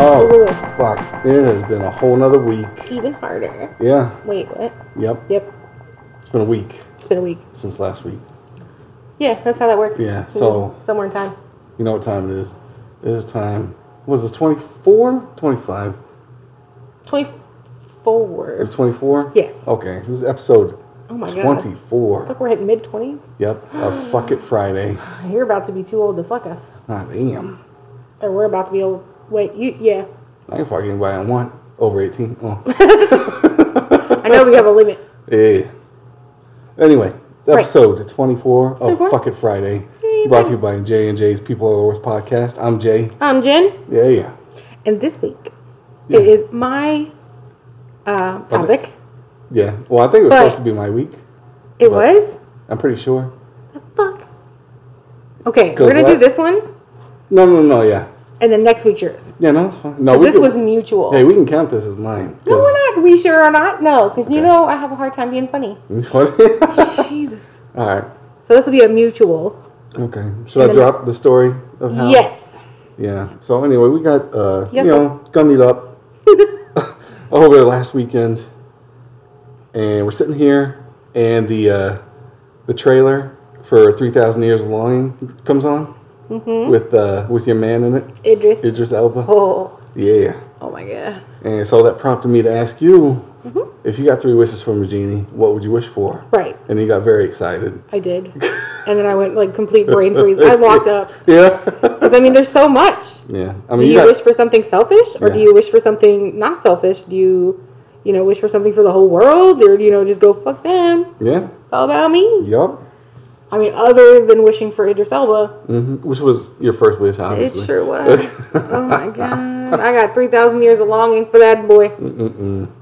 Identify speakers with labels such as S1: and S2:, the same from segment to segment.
S1: Oh. It has been a whole nother week.
S2: Even harder.
S1: Yeah,
S2: Wait, what?
S1: yep.
S2: Yep,
S1: It's been a week
S2: it's been a week.
S1: since last week.
S2: Yeah, that's how that works.
S1: Yeah,
S2: Mhm.
S1: so-
S2: Somewhere in time.
S1: You know what time it is. It is time. Was this 24? 25.
S2: 24.
S1: It's 24?
S2: Yes.
S1: Okay. This is episode
S2: Oh my God.
S1: 24.
S2: Fuck, we're at mid 20s?
S1: Yep. A fuck it Friday.
S2: You're about to be too old to fuck us.
S1: I am.
S2: Or we're about to be old. Wait, you, yeah.
S1: I can fuck anybody I want. Over 18. Oh.
S2: I know we have a limit.
S1: yeah. Anyway,
S2: Right.
S1: episode 24 of
S2: 24?
S1: Fuck It Friday.
S2: Yay,
S1: Brought to you by J&J's People Are the Worst podcast. I'm Jay.
S2: I'm Um, Jen,
S1: Yeah, yeah.
S2: and this week
S1: Yeah.
S2: it is my uh, topic.
S1: Yeah. Well, I think it was
S2: But-
S1: supposed to be my week.
S2: It
S1: But-
S2: was?
S1: I'm pretty sure.
S2: The fuck? Okay,
S1: Goes
S2: we're going to do
S1: left.
S2: this one,
S1: No, no, no. Yeah.
S2: and then next week's yours.
S1: Yeah, no, that's fine. No,
S2: 'Cause
S1: we
S2: this
S1: can-
S2: was mutual.
S1: Hey, we can count this as mine.
S2: No, we're not. We sure are not. No, because you
S1: Okay.
S2: know I have a hard time being funny.
S1: not.
S2: Jesus.
S1: All right.
S2: So this will be a mutual.
S1: Okay. Should I
S2: then-
S1: drop the story of how?
S2: Yes.
S1: Yeah. So anyway, we got uh,
S2: Yes,
S1: you know gummied up over the last weekend, and we're sitting here, and the uh, the trailer for Three Thousand Years of Longing comes on with uh, with your man in it,
S2: Idris.
S1: Idris Elba.
S2: Mm-hmm. Oh.
S1: Yeah.
S2: Oh my god.
S1: And so that prompted me to ask you
S2: Mm-hmm.
S1: if you got three wishes from a genie, what would you wish for?
S2: Right.
S1: And you got very excited.
S2: I did. and then I went like complete brain freeze. I locked up.
S1: Yeah.
S2: Because I mean there's so much.
S1: yeah. I
S2: Do
S1: mean,
S2: you
S1: you, got,
S2: wish for something selfish or do
S1: Yeah.
S2: you wish for something not selfish? Do you you know wish for something for the whole world or do you know just go fuck them?
S1: yeah.
S2: It's all about me.
S1: Yup.
S2: I mean other than wishing for Idris Elba.
S1: hmm Which was your first wish,
S2: It
S1: obviously.
S2: sure was. oh my god. I got 3,000 years of longing for that boy.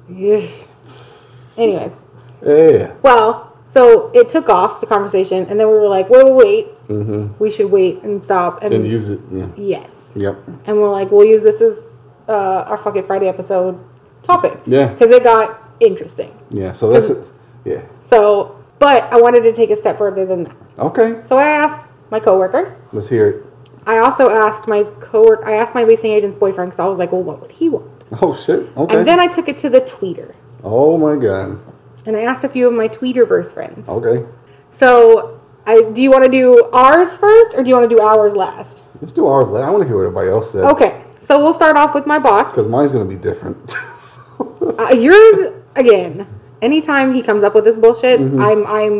S2: Yes. Anyways,
S1: Yeah.
S2: well, so it took off the conversation, and then we were like, wait, wait, wait. We should wait and stop. And,
S1: And use it. Yeah.
S2: yes.
S1: Yep.
S2: And we're like, we'll use this as uh, our fucking Friday episode topic.
S1: Yeah.
S2: Because it got interesting.
S1: Yeah. So that's it.
S2: Mm-hmm.
S1: Yeah.
S2: So, but I wanted to take a step further than that.
S1: Okay.
S2: So I asked my coworkers.
S1: Let's hear it.
S2: I also asked my cowork. I asked my leasing agent's boyfriend because I was like, well, what would he want?
S1: Oh shit. Okay.
S2: And then I took it to the tweeter.
S1: oh my god.
S2: And I asked a few of my tweeterverse friends.
S1: Okay.
S2: So, I do you want to do ours first or do you want to do ours last?
S1: Let's do ours. la- I want to hear what everybody else said.
S2: Okay. So, we'll start off with my boss.
S1: Because mine's gonna be different.
S2: Uh, yours again. Anytime he comes up with this bullshit,
S1: Mm-hmm.
S2: I'm I'm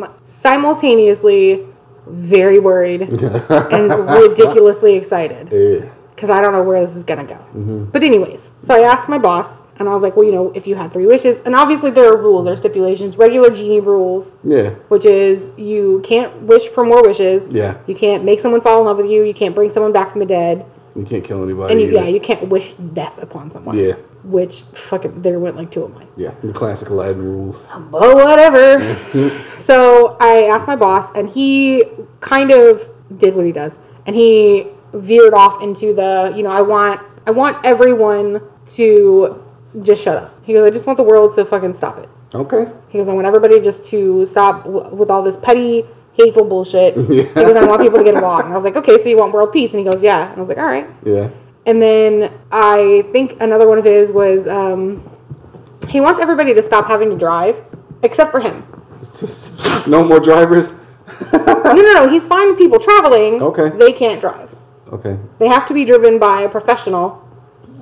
S2: simultaneously very worried and ridiculously excited.
S1: yeah. Mm-hmm.
S2: because I don't know where this is gonna go. But anyways, so I asked my boss, and I was like, well, you know, if you had three wishes, and obviously there are rules, there are stipulations, regular genie rules,
S1: Yeah.
S2: which is you can't wish for more wishes.
S1: Yeah.
S2: You can't make someone fall in love with you. You can't bring someone back from the dead.
S1: You can't kill anybody.
S2: And you, yeah,
S1: either.
S2: you can't wish death upon someone.
S1: Yeah.
S2: Which fucking there went like two of mine. Um,
S1: yeah. The classic Aladdin rules.
S2: But whatever. so I asked my boss, and he kind of did what he does, and he veered off into the, you know, I want, I want everyone to just shut up. He goes, I just want the world to fucking stop it.
S1: Okay.
S2: He goes, I want everybody just to stop w- with all this petty, hateful bullshit.
S1: Yeah.
S2: He goes, I want people to get along. And I was like, okay, so you want world peace? And he goes, yeah. And I was like, all right.
S1: Yeah.
S2: And then I think another one of his was um, he wants everybody to stop having to drive, except for him.
S1: It's just no more drivers.
S2: no, no, no. He's fine with people traveling.
S1: Okay.
S2: They can't drive.
S1: Okay.
S2: They have to be driven by a professional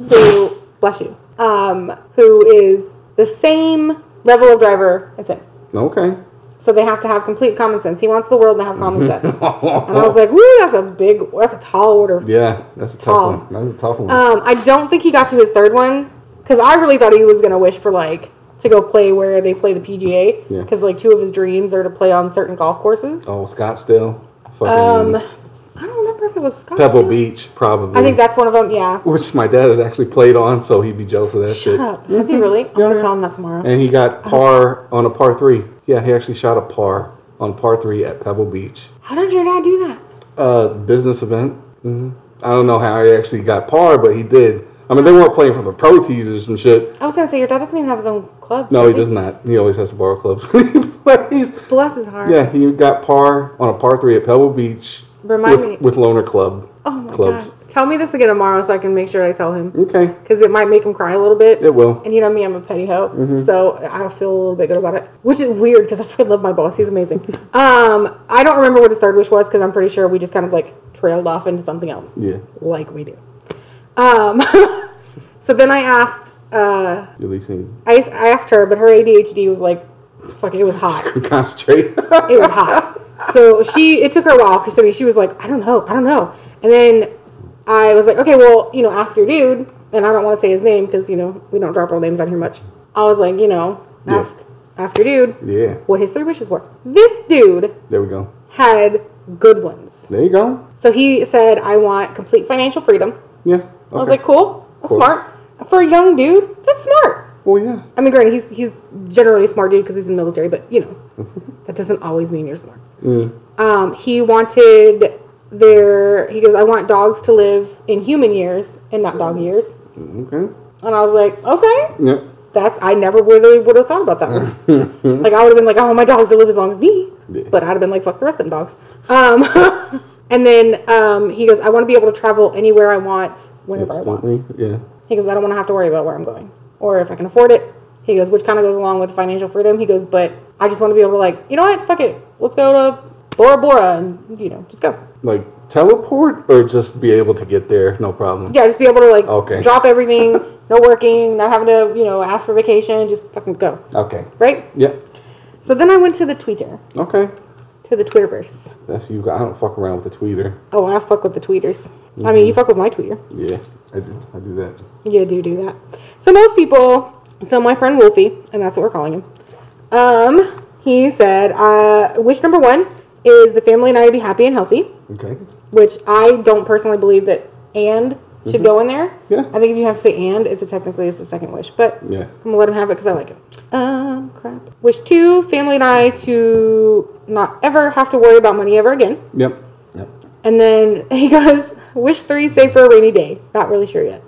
S2: who, bless you, um, who is the same level of driver as him.
S1: Okay.
S2: So they have to have complete common sense. He wants the world to have common sense. and I was like, woo, that's a big, that's a tall order.
S1: Yeah, that's a
S2: Tall.
S1: tough one. That's a tough one.
S2: Um, I don't think he got to his third one because I really thought he was gonna wish for like to go play where they play the PGA
S1: Yeah.
S2: because like two of his dreams are to play on certain golf courses.
S1: oh, Scottsdale.
S2: Um,
S1: Fucking
S2: I don't remember if it was Scottsdale.
S1: Oh. Pebble Beach, probably.
S2: I think that's one of them. Yeah.
S1: Which my dad has actually played on, so he'd be jealous of that shit.
S2: Shut up. Uh-huh. Is he really? I'm
S1: Yeah,
S2: gonna
S1: yeah.
S2: tell him that tomorrow.
S1: And he got par on a par three. Yeah, he actually shot a par on par three at Pebble Beach.
S2: How did your dad do that?
S1: Uh, business event.
S2: Mm-hmm.
S1: hmm I don't know how he actually got par, but he did. I mean, they weren't playing from the pro tees or some shit.
S2: I was gonna say your dad doesn't even have his own club.
S1: No, he does not. He always has to borrow clubs when he plays.
S2: Bless his heart.
S1: Yeah, he got par on a par three at Pebble Beach
S2: Remind
S1: with,
S2: me-
S1: with Loner Club.
S2: Oh my
S1: Clubs.
S2: god! Tell me this again tomorrow so I can make sure I tell him
S1: Okay,
S2: because it might make him cry a little bit.
S1: it will. Mm-hmm.
S2: And you know me, I'm a petty hoe, so I feel a little bit good about it, which is weird because I fucking love my boss. He's amazing. um, I don't remember what his third wish was because I'm pretty sure we just kind of like trailed off into something else,
S1: Yeah,
S2: like we do. Um, so then I asked, uh,
S1: at least you
S2: I, I asked her, but her ADHD was like, fuck, it was hot.
S1: can concentrate.
S2: It was hot. So she, it took her a while because I mean, she was like, I don't know, I don't know. And then I was like, okay, well, you know, ask your dude. And I don't want to say his name because you know we don't drop our names on here much. I was like, you know,
S1: Yeah.
S2: ask ask your dude
S1: yeah,
S2: what his three wishes were. This dude
S1: there we go.
S2: had good ones.
S1: There you go.
S2: So he said, I want complete financial freedom.
S1: Yeah. Okay.
S2: I was like, cool, that's
S1: course.
S2: smart for a young dude. That's smart.
S1: well, yeah.
S2: I mean, granted, he's he's generally a smart dude because he's in the military, but you know, that doesn't always mean you're smart.
S1: Mm.
S2: Um, he wanted their. He goes, I want dogs to live in human years and not dog
S1: Mm.
S2: years.
S1: Okay.
S2: And I was like, okay,
S1: Yeah.
S2: that's. I never really would have thought about that one. like I would have been like, I want my dogs to live as long as me,
S1: Yeah.
S2: but I'd have been like, fuck the rest of them dogs. Um, and then um, he goes, I want to be able to travel anywhere I want whenever I want.
S1: Instantly. Yeah.
S2: He goes, I don't want to have to worry about where I'm going or if I can afford it. He goes, which kind of goes along with financial freedom. He goes, but I just want to be able to, like, you know what? Fuck it. Let's go to Bora Bora and, you know, just go.
S1: Like teleport or just be able to get there, no problem.
S2: Yeah, just be able to, like,
S1: Okay.
S2: drop everything, no working, not having to, you know, ask for vacation, just fucking go.
S1: Okay.
S2: Right?
S1: Yeah.
S2: So then I went to the Twitter,
S1: Okay.
S2: to the Twitterverse.
S1: That's you. I don't fuck around with the tweeter.
S2: Oh, I fuck with the tweeters. I mean, you fuck with my tweeter.
S1: Yeah, I do. I do that.
S2: Yeah, do do that. So most people, so my friend Wolfie, and that's what we're calling him. Um, he said, uh, wish number one is the family and I to be happy and healthy,
S1: Okay.
S2: which I don't personally believe that and should go in there.
S1: Mm-hmm. Yeah.
S2: I think if you have to say and, it's a, technically it's a second wish, but
S1: Yeah.
S2: I'm gonna let him have it because I like it. Um, crap. Wish two, family and I to not ever have to worry about money ever again.
S1: Yep. Yep.
S2: And then he goes, wish three, save for a rainy day. Not really sure yet.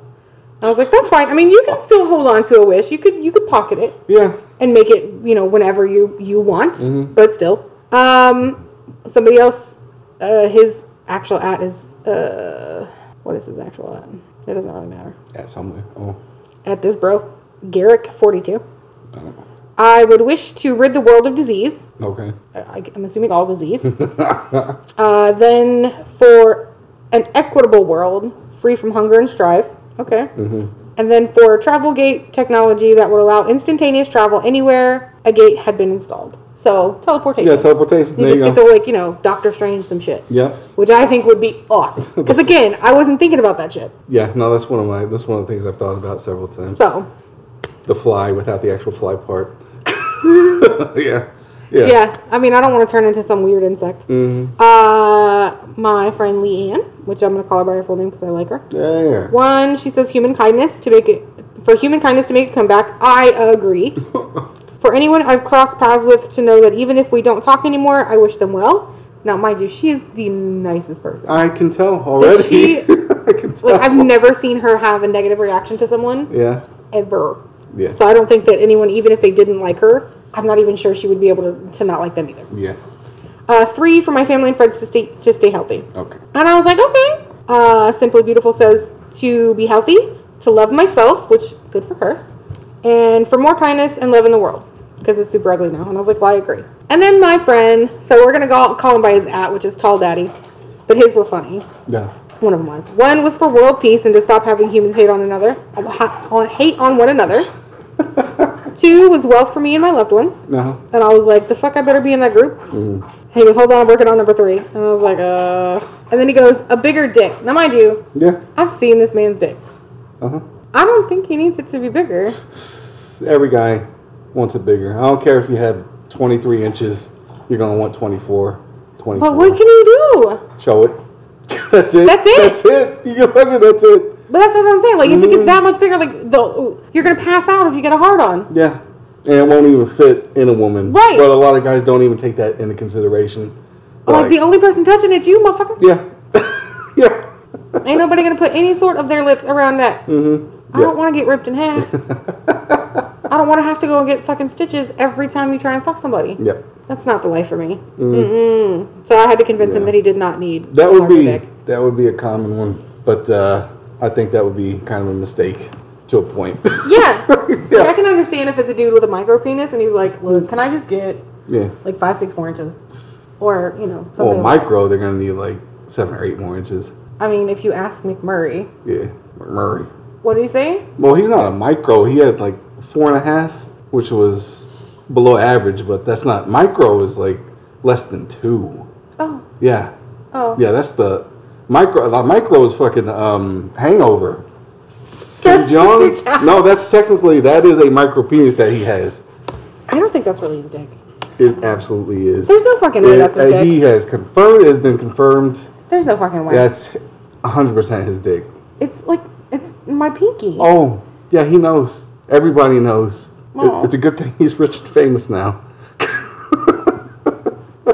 S2: I was like, that's fine. I mean, you can still hold on to a wish. You could you could pocket it
S1: Yeah.
S2: and make it, you know, whenever you you want.
S1: Mm-hmm.
S2: But still, um, somebody else, uh, his actual at is uh, what is his actual at? It doesn't really matter.
S1: At somewhere. Oh.
S2: At this bro, Garrick forty two.
S1: I don't know.
S2: I would wish to rid the world of disease.
S1: Okay.
S2: I, I'm assuming all disease. uh, then for an equitable world, free from hunger and strife. Okay.
S1: Mm-hmm.
S2: And then for travel gate technology that would allow instantaneous travel anywhere a gate had been installed. So teleportation.
S1: Yeah, teleportation.
S2: you
S1: there
S2: just
S1: you
S2: get
S1: go.
S2: to like you know Doctor Strange some shit.
S1: Yeah.
S2: Which I think would be awesome. Because again, I wasn't thinking about that shit.
S1: yeah. No, that's one of my. That's one of the things I've thought about several times.
S2: So
S1: The fly without the actual fly part. yeah. Yeah. Mm-hmm.
S2: yeah, I mean I don't want to turn into some weird insect. Uh, my friend Leanne, which I'm gonna call her by her full name because I like her.
S1: There.
S2: One, she says human kindness to make it for human kindness to make a comeback. I agree. for anyone I've crossed paths with to know that even if we don't talk anymore, I wish them well. Now, mind you, she is the nicest person.
S1: I can tell already.
S2: she-
S1: I can tell.
S2: Like I've never seen her have a negative reaction to someone
S1: yeah.
S2: ever.
S1: Yeah.
S2: So I don't think that anyone, even if they didn't like her, I'm not even sure she would be able to, to not like them either.
S1: Yeah.
S2: Uh, three for my family and friends to stay to stay healthy.
S1: Okay.
S2: And I was like, okay. Uh, Simply Beautiful says to be healthy, to love myself, which good for her, and for more kindness and love in the world because it's super ugly now. And I was like, well, I agree. And then my friend, so we're gonna go call him by his at, which is Tall Daddy, but his were funny.
S1: Yeah.
S2: One of them was. One was for world peace and to stop having humans hate on another, uh, on- hate on one another. Two was wealth for me and my loved ones.
S1: No.
S2: And I was like, the fuck, I better be in that group.
S1: Mm-hmm.
S2: And he goes, hold on, I'm working on number three. And I was like, uh. And then he goes, a bigger dick. Now, mind you,
S1: Yeah.
S2: I've seen this man's dick.
S1: Uh huh.
S2: I don't think he needs it to be bigger.
S1: Every guy wants it bigger. I don't care if you have 23 inches, you're going to want 24, 24.
S2: But what can you do?
S1: Show it. that's it.
S2: That's it.
S1: That's it. You can fucking, that's it.
S2: But that's, that's what I'm saying. Like, if it gets
S1: Mm-hmm.
S2: that much bigger, like, the, you're going to pass out if you get a hard on.
S1: Yeah. And it won't even fit in a woman.
S2: Right.
S1: But a lot of guys don't even take that into consideration.
S2: Like, the only person touching it's you, motherfucker.
S1: yeah. yeah.
S2: Ain't nobody going to put any sort of their lips around that. I
S1: Mm-hmm. Yeah.
S2: don't want to get ripped in half. I don't want to have to go and get fucking stitches every time you try and fuck somebody.
S1: Yep.
S2: That's not the life for me. Mm-mm. So I had to convince him
S1: Mm. Yeah.
S2: that he did not need
S1: That
S2: a
S1: would
S2: larger
S1: be
S2: dick.
S1: That would be a common one, but uh, I think that would be kind of a mistake to a point.
S2: Yeah. yeah. I can understand if it's a dude with a micro penis and he's like, look, can I just get
S1: yeah.
S2: like five, six more inches? Or, you know, something.
S1: Well,
S2: like that.
S1: micro, they're gonna need like seven or eight more inches.
S2: I mean, if you ask McMurray,
S1: Yeah, Murray.
S2: what did he say?
S1: Well, he's not a micro. He had like four and a half, which was below average, but that's not micro. Is like less than two.
S2: Oh,
S1: Yeah,
S2: oh.
S1: yeah. That's the micro. The micro is fucking um, hangover.
S2: That's
S1: Kim Jong-
S2: Mr. Chow.
S1: No, that's technically that is a micro penis that he has.
S2: I don't think that's really his dick.
S1: It absolutely is.
S2: There's no fucking way
S1: It-
S2: that's his
S1: uh, He has confirmed. It has been confirmed.
S2: There's no fucking way.
S1: That's 100 percent his dick.
S2: It's like, it's my pinky.
S1: Oh, yeah, he knows. Everybody knows. It-
S2: Aw.
S1: it's a good thing he's rich and famous now.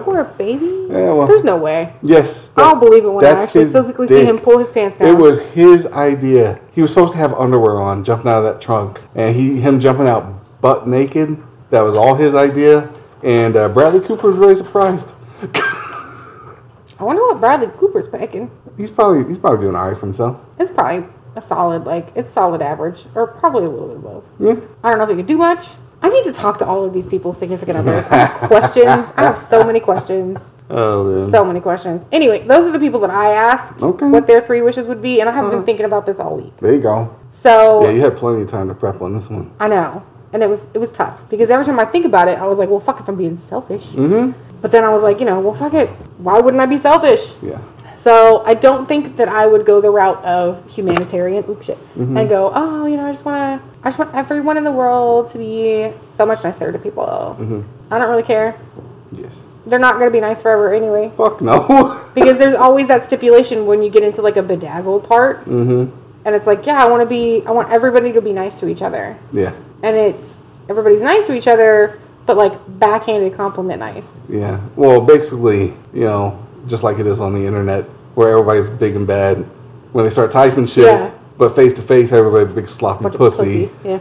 S2: Or a baby?
S1: Yeah, well-
S2: There's no way.
S1: Yes,
S2: I'll
S1: that's-
S2: believe it when I
S1: that's
S2: actually
S1: his
S2: physically see
S1: dick.
S2: him pull his pants down.
S1: It was his idea. He was supposed to have underwear on, jumping out of that trunk, and he him jumping out butt naked. That was all his idea. And uh, Bradley Cooper was really surprised.
S2: I wonder what Bradley Cooper's packing.
S1: He's probably he's probably doing all right for himself.
S2: It's probably a solid, like, it's solid average, or probably a little bit above.
S1: Yeah.
S2: I don't know if we could do much. I need to talk to all of these people's significant others. I have questions. I have so many questions.
S1: Oh man.
S2: So many questions. Anyway, those are the people that I asked
S1: Okay.
S2: what their three wishes would be, and I haven't been thinking about this all week.
S1: there you go.
S2: So
S1: Yeah, you had plenty of time to prep on this one.
S2: I know. And it was it was tough because every time I think about it, I was like, well, fuck if I'm being selfish. Mm-hmm. But then I was like, you know, well, fuck it. Why wouldn't I be selfish?
S1: Yeah.
S2: So I don't think that I would go the route of humanitarian oop shit and go, oh, you know, I just want to, I just want everyone in the world to be so much nicer to people. I don't really care.
S1: Yes.
S2: They're not going to be nice forever anyway
S1: Fuck no.
S2: because there's always that stipulation when you get into like a bedazzled part, and it's like, yeah, I want to be, I want everybody to be nice to each other,
S1: yeah.
S2: and it's everybody's nice to each other, but like backhanded compliment nice.
S1: Yeah. Well, basically, you know, just like it is on the internet, where everybody's big and bad when they start typing shit.
S2: Yeah.
S1: But face to face, everybody's big sloppy
S2: Bunch of
S1: pussy,
S2: yeah,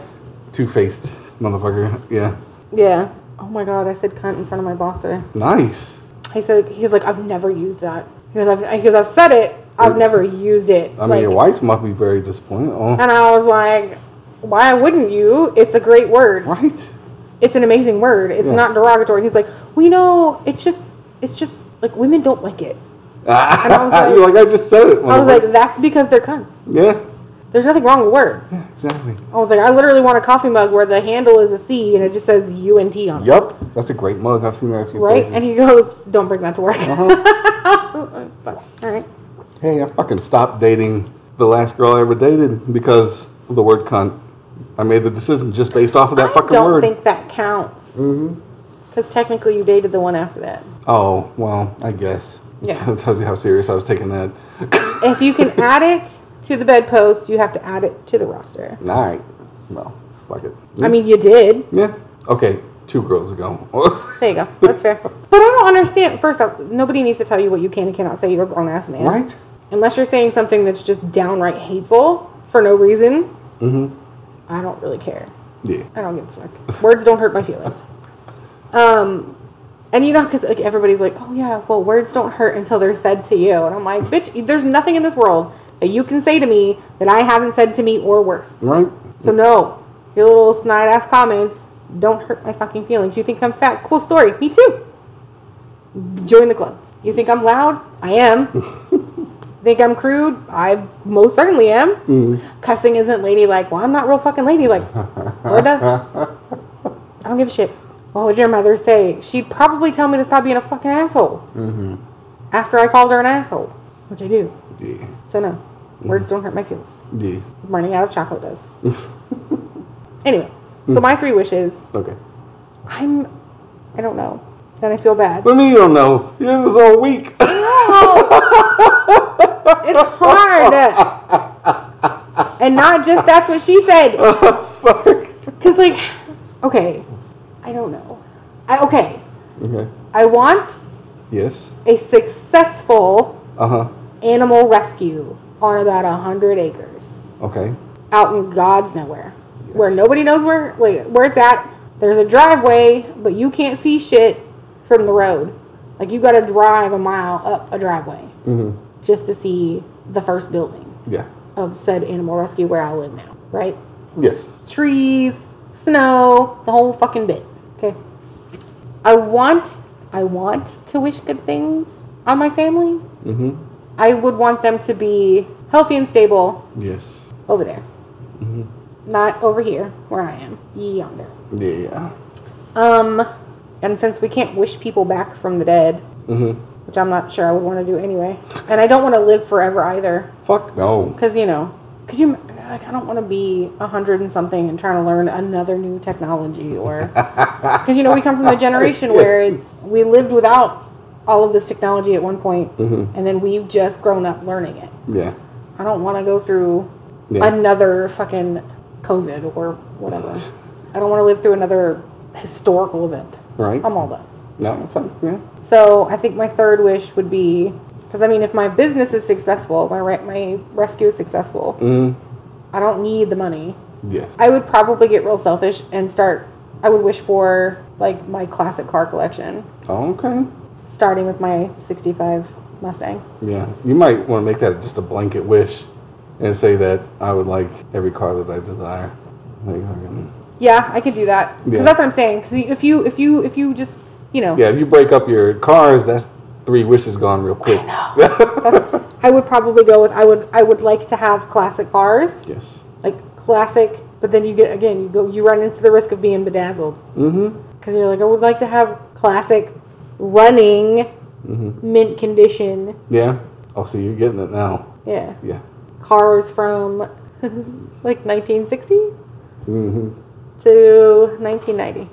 S1: two faced motherfucker. Yeah.
S2: yeah. Oh my god, I said cunt in front of my boss today.
S1: Nice.
S2: He said he was like, I've never used that. He goes, I've, he goes, I've said it, I've never used it.
S1: I mean,
S2: Like,
S1: your wife must be very disappointed. Oh,
S2: And I was like, why wouldn't you? It's a great word.
S1: right.
S2: it's an amazing word. It's
S1: Yeah.
S2: not derogatory. And he's like, we know it's just, it's just like women don't like it. And I was like,
S1: You're Ah, like, I just said it.
S2: I was
S1: motherfucker."
S2: like, that's because they're cunts.
S1: yeah.
S2: There's nothing wrong with the word.
S1: Yeah. Exactly.
S2: I was like, I literally want a coffee mug where the handle is a C and it just says U and T on it.
S1: Yup. That's a great mug. I've seen that a few
S2: Right?
S1: places. Uh-huh.
S2: And he goes, don't bring that to work. Fuck. All right.
S1: Hey, I fucking stopped dating the last girl I ever dated because of the word cunt. I made the decision just based off of that
S2: I
S1: fucking
S2: don't
S1: word. Mm-hmm.
S2: think that counts. Because technically you dated the one after that.
S1: oh, well, I guess.
S2: Yeah.
S1: that tells you how serious I was taking that.
S2: if you can add it to the bedpost, you have to add it to the roster.
S1: All right. Well, fuck it.
S2: I mean, you did.
S1: yeah. Okay, two girls ago.
S2: There you go. That's fair. But I don't understand. First off, nobody needs to tell you what you can and cannot say. You're a grown ass man.
S1: right?
S2: Unless you're saying something that's just downright hateful for no reason. Mm-hmm. I don't really care.
S1: Yeah.
S2: I don't give a fuck. Words don't hurt my feelings. Um, and you know, because like everybody's like, oh yeah, well, words don't hurt until they're said to you. And I'm like, bitch, there's nothing in this world that you can say to me that I haven't said to me or worse.
S1: Right?
S2: So no, your little snide ass comments don't hurt my fucking feelings. You think I'm fat? Cool story. Me too. Join the club. You think I'm loud? I am. think I'm crude? I most certainly am. Cussing isn't ladylike. Well, I'm not real fucking ladylike. Linda, I don't give a shit. What would your mother say? She'd probably tell me to stop being a fucking asshole. After I called her an asshole, which I do.
S1: Yeah.
S2: So no, words don't hurt my feelings.
S1: Yeah.
S2: Running out of chocolate does. Anyway, so my three wishes.
S1: okay.
S2: I'm, I don't know. Then I feel bad.
S1: But me, you don't know. You're this all weak.
S2: It's hard. and not just that's what she said. Cause like, okay, I don't know. I okay.
S1: okay.
S2: I want
S1: Yes.
S2: a successful
S1: Uh huh.
S2: animal rescue on about a hundred acres
S1: Okay.
S2: out in God's nowhere, where
S1: Yes.
S2: nobody knows where like, where it's at. There's a driveway, but you can't see shit from the road. Like you got to drive a mile up a driveway.
S1: Mm
S2: just to see the first building
S1: Yeah.
S2: of said animal rescue where I live now, right?
S1: Yes.
S2: Trees, snow, the whole fucking bit. Okay. I want I want to wish good things on my family.
S1: Mm-hmm.
S2: I would want them to be healthy and stable
S1: Yes.
S2: over there. Not over here where I am. Yonder.
S1: Yeah.
S2: Um and since we can't wish people back from the dead,
S1: Mm-hmm.
S2: which I'm not sure I would want to do anyway. And I don't want to live forever either,
S1: Fuck no.
S2: because you know, could you? Like, I don't want to be a hundred and something and trying to learn another new technology, or because you know we come from a generation where it's we lived without all of this technology at one point, and then we've just grown up learning it.
S1: Yeah.
S2: I don't want to go through
S1: Yeah.
S2: another fucking COVID or whatever. I don't want to live through another historical event.
S1: Right.
S2: I'm all done.
S1: No. Fuck yeah.
S2: So I think my third wish would be because I mean, if my business is successful, my re- my rescue is successful,
S1: Mm.
S2: I don't need the money.
S1: Yes.
S2: I would probably get real selfish and start. I would wish for like my classic car collection,
S1: Okay.
S2: starting with my '65 Mustang.
S1: Yeah. You might want to make that just a blanket wish, and say that I would like every car that I desire. Like, okay.
S2: Yeah, I could do that because
S1: Yeah.
S2: that's what I'm saying. Because if you if you if you just you know,
S1: Yeah. If you break up your cars, that's three wishes gone real quick.
S2: I would probably go with I would I would like to have classic cars,
S1: Yes.
S2: like classic. But then you get again you go you run into the risk of being bedazzled.
S1: Mm-hmm.
S2: because you're like, I would like to have classic running
S1: Mm-hmm.
S2: mint condition.
S1: Yeah. Oh, see, you're getting it now.
S2: Yeah.
S1: Yeah.
S2: Cars from like 1960
S1: Mm-hmm.
S2: to 1990.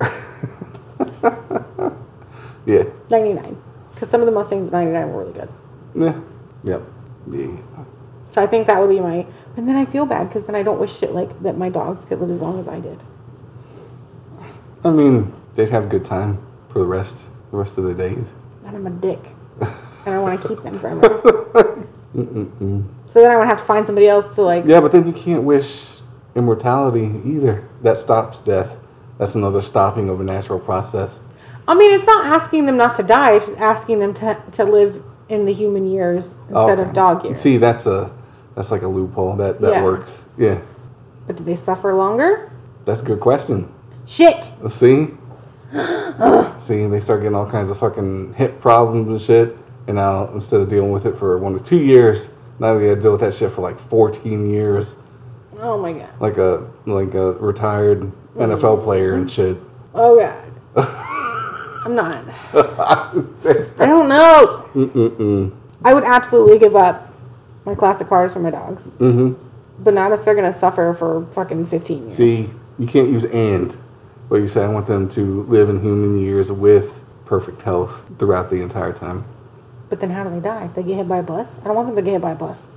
S1: Yeah.
S2: 99. Because some of the Mustangs at 99 were really good.
S1: Yeah. Yep. Yeah.
S2: So I think that would be my. And then I feel bad because then I don't wish shit like that my dogs could live as long as I did.
S1: I mean, they'd have a good time for the rest, the rest of their days.
S2: And I'm a dick. And I want to keep them forever. So then I would have to find somebody else to like.
S1: Yeah, but then you can't wish immortality either. That stops death. That's another stopping of a natural process.
S2: I mean, it's not asking them not to die. It's just asking them to, to live in the human years instead
S1: Okay.
S2: of dog years.
S1: Oh, See, that's a that's like a loophole that that
S2: Yeah.
S1: works. Yeah,
S2: But do they suffer longer?
S1: that's a good question.
S2: Shit.
S1: See, see, they start getting all kinds of fucking hip problems and shit. And now instead of dealing with it for one or two years, now they got to deal with that shit for like fourteen years.
S2: Oh my god.
S1: like a like a retired NFL player and shit.
S2: Oh god. I'm not. I don't know. I would absolutely give up my classic cars for my dogs,
S1: hmm
S2: but not if they're gonna suffer for fucking 15 years.
S1: See, you can't use and, but you say I want them to live in human years with perfect health throughout the entire time.
S2: But then how do they die? They get hit by a bus? I don't want them to get hit by a bus.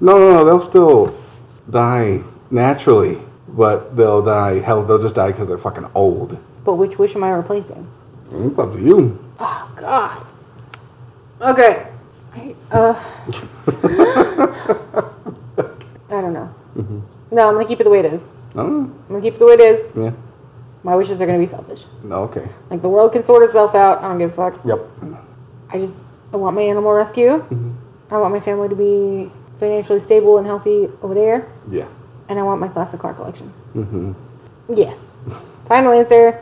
S1: No, no, no, they'll still die naturally, but they'll die. Hell, they'll just die because they're fucking old. Mm,
S2: But which wish am I replacing?
S1: It's up to you.
S2: Oh God. Okay. I, uh, I don't know. No, I'm gonna keep it the way it is.
S1: Oh,
S2: I'm gonna keep it the way it is.
S1: yeah.
S2: My wishes are gonna be selfish.
S1: No, okay.
S2: Like the world can sort itself out. I don't give a fuck.
S1: Yep.
S2: I just I want my animal rescue.
S1: Mm-hmm.
S2: I want my family to be financially stable and healthy over there,
S1: Yeah.
S2: and I want my classic car collection.
S1: hmm
S2: Yes. Final answer.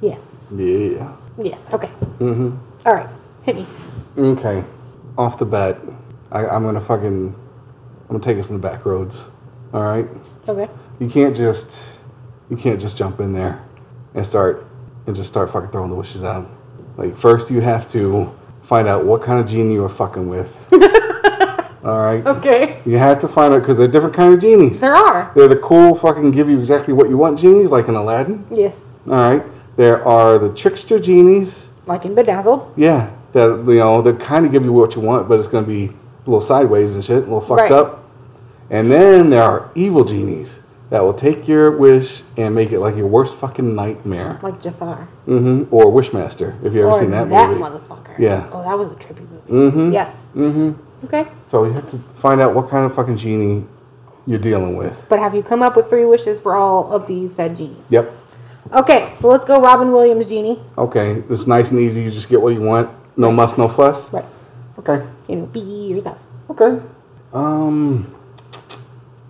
S2: Yes.
S1: Yeah.
S2: Yes. Okay.
S1: hmm
S2: All right. Hit me.
S1: Okay, off the bat, I, I'm gonna fucking, I'm gonna take us in the back roads. All right,
S2: Okay.
S1: you can't just, you can't just jump in there and start and just start fucking throwing the wishes out. Like first, you have to find out what kind of genie you are fucking with. all right,
S2: Okay.
S1: you have to find out because they're different kind of genies.
S2: There are.
S1: They're the cool fucking give you exactly what you want genies, like in Aladdin.
S2: Yes.
S1: All right, there are the trickster genies.
S2: Like in Bedazzled.
S1: Yeah, that you know they kind of give you what you want, but it's going to be a little sideways and shit, a little fucked
S2: Right.
S1: up. And then there are evil genies that will take your wish and make it like your worst fucking nightmare.
S2: like Jafar.
S1: Mm-hmm. Or Wishmaster, if you ever
S2: or
S1: seen that, movie.
S2: motherfucker.
S1: Yeah.
S2: Oh, that was a trippy movie.
S1: Mhm.
S2: Yes.
S1: mm-hmm.
S2: Okay.
S1: So you have to find out what kind of fucking genie you're dealing with.
S2: But have you come up with three wishes for all of these said genies?
S1: Yep.
S2: Okay, so let's go Robin Williams genie.
S1: Okay, it's nice and easy. You just get what you want. No muss, no fuss.
S2: Right.
S1: Okay.
S2: You know, be yourself.
S1: Okay. Um,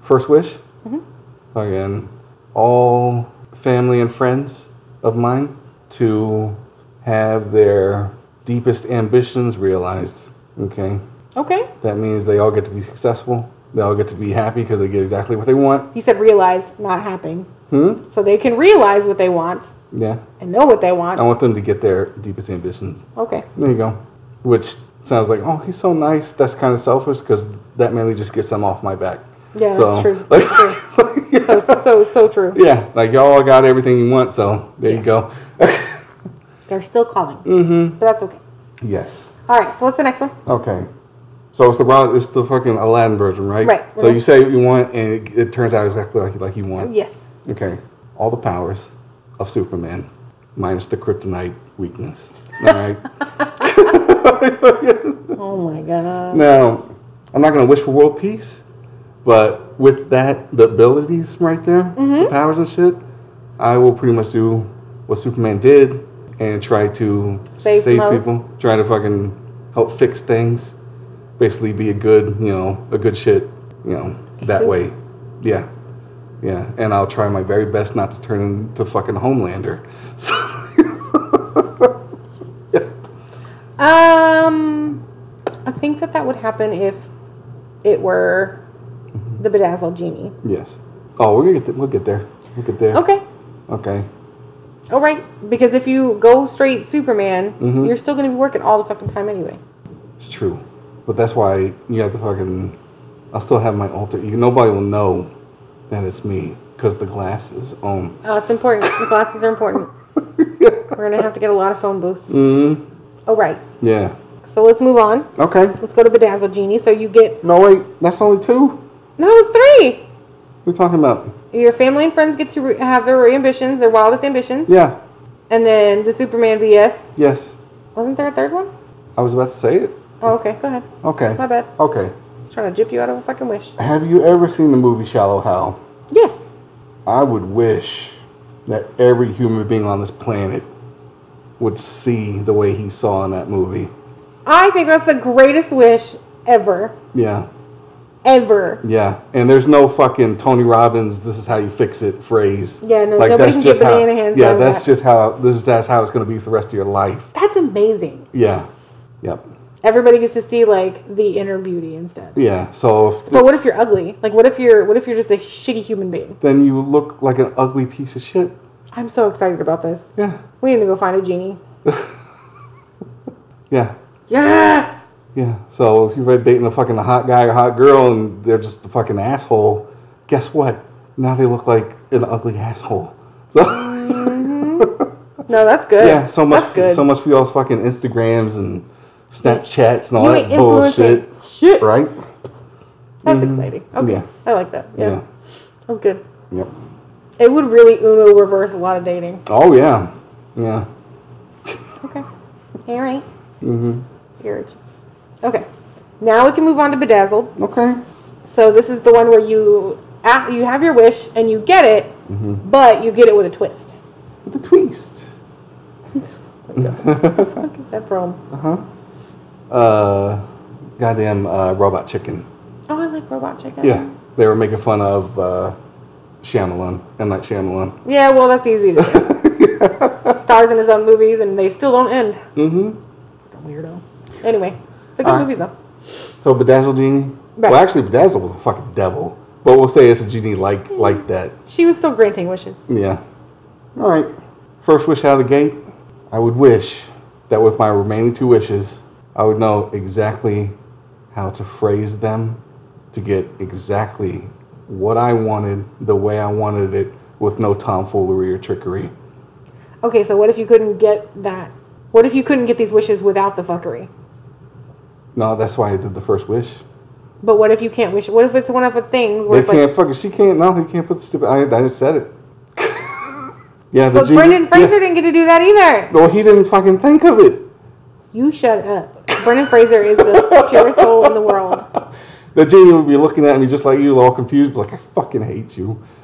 S1: first wish.
S2: Mm-hmm.
S1: Again, all family and friends of mine to have their deepest ambitions realized. Okay.
S2: Okay.
S1: That means they all get to be successful. They all get to be happy because they get exactly what they want.
S2: You said realized, not happening.
S1: Hmm.
S2: So they can realize what they want
S1: Yeah.
S2: and know what they want.
S1: I want them to get their deepest ambitions.
S2: Okay.
S1: There you go. Which sounds like, oh, he's so nice. That's kind of selfish because that mainly just gets them off my back.
S2: Yeah,
S1: So,
S2: that's true.
S1: like-
S2: That's true. so so so true.
S1: Yeah, like y'all all got everything you want, so there
S2: Yes.
S1: you go.
S2: They're still calling. Mm-hmm. But that's okay.
S1: yes.
S2: All right. So what's the next one?
S1: Okay. So it's the Ro- it's the fucking Aladdin version, right?
S2: Right.
S1: So you say what you want, and it, it turns out exactly like like you want.
S2: Yes.
S1: Okay. All the powers of Superman, minus the kryptonite weakness. All right.
S2: Oh my god.
S1: Now, I'm not going to wish for world peace, but with that, the abilities right there, the powers and shit, I will pretty much do what Superman did and try to
S2: Save some
S1: save,
S2: hoes.
S1: people, try to fucking help fix things, basically be a good, you know, a good shit, you know, that
S2: Soup.
S1: way. Yeah. Yeah. And I'll try my very best not to turn into fucking Homelander. So,
S2: Um, I think that that would happen if it were the bedazzled genie.
S1: yes. Oh, we're gonna get th- we'll get there. We'll get there.
S2: Okay.
S1: Okay.
S2: All right. Because if you go straight Superman, you're still going to be working all the fucking time anyway.
S1: It's true. But that's why you have to fucking. I still have my alter ego. Nobody will know that it's me because the glass is on.
S2: Oh, it's important. The glasses are important. We're going to have to get a lot of phone booths.
S1: Mm,
S2: All right.
S1: yeah.
S2: So let's move on.
S1: Okay.
S2: Let's go to bedazzled genie. So you get
S1: No, wait. That's only two?
S2: no, that was
S1: We're talking about.
S2: three. Your family and friends get to re- have their ambitions, their wildest ambitions,
S1: Yeah.
S2: and then the Superman BS.
S1: Yes.
S2: Wasn't there a third one?
S1: I was about to say it.
S2: Oh, okay. Go ahead.
S1: Okay.
S2: My bad.
S1: Okay.
S2: Just trying to jip you out of a fucking wish.
S1: Have you ever seen the movie Shallow Hal?
S2: Yes.
S1: I would wish that every human being on this planet would see the way he saw in that movie.
S2: I think that's the greatest wish ever.
S1: Yeah.
S2: Ever.
S1: Yeah, and there's no fucking Tony Robbins. This is how you fix it phrase.
S2: Yeah, no, nobody can get banana
S1: how.
S2: hands
S1: yeah,
S2: down
S1: that's
S2: that.
S1: just how this is that's how it's gonna be for the rest of your life.
S2: That's amazing.
S1: Yeah, yep,
S2: Everybody gets to see like the inner beauty instead.
S1: yeah. So if,
S2: But what if you're ugly? Like what if you're what if you're just a shitty human being?
S1: then you look like an ugly piece of shit.
S2: I'm so excited about this.
S1: Yeah,
S2: We need to go find a genie.
S1: yeah,
S2: Yes.
S1: yeah. So if you're dating a fucking hot guy or hot girl and they're just a fucking asshole, guess what? Now they look like an ugly asshole. So.
S2: No, that's good.
S1: Yeah, so much,
S2: That's good.
S1: so much for y'all's fucking Instagrams and Snapchats and all
S2: You
S1: that
S2: ain't influencing
S1: bullshit,
S2: shit.
S1: right? Mm-hmm.
S2: That's exciting. Okay,
S1: Yeah.
S2: I like that. Yeah.
S1: Yeah.
S2: that's good.
S1: Yep.
S2: It would really Uno reverse a lot of dating.
S1: Oh yeah, yeah.
S2: Okay. All right.
S1: Mm-hmm.
S2: You're just okay. Now we can move on to bedazzled.
S1: Okay.
S2: So this is the one where you a- you have your wish and you get it,
S1: Mm-hmm.
S2: but you get it with a twist.
S1: With a twist.
S2: What the fuck is that from?
S1: Uh, goddamn uh, robot chicken.
S2: Oh, I like Robot Chicken.
S1: Yeah, they were making fun of uh, Shyamalan and like Shyamalan.
S2: Yeah, well, that's easy to do. Stars in his own movies, and they still don't end. Mm-hmm. Weirdo. Anyway, they're good
S1: Alright.
S2: movies though.
S1: So bedazzled genie.
S2: Right.
S1: Well, actually, bedazzled was a fucking devil, but we'll say it's a genie like like that.
S2: She was still granting wishes.
S1: Yeah. All right. First wish out of the gate, I would wish that with my remaining two wishes, I would know exactly how to phrase them to get exactly what I wanted, the way I wanted it, with no tomfoolery or trickery.
S2: Okay, so what if you couldn't get that? What if you couldn't get these wishes without the fuckery?
S1: No, that's why I did the first wish.
S2: But what if you can't wish? What if it's one of the things where
S1: They
S2: it's like,
S1: can't fucking. She can't. No, he can't put the stupid. I, I just said it. yeah, the
S2: but
S1: genie-
S2: Brendan Fraser
S1: yeah.
S2: didn't get to do that either.
S1: Well, he didn't fucking think of it.
S2: You shut up. Brendan Fraser is the purest soul in the world.
S1: The genie would be looking at me just like you, all confused, be like, I fucking hate you.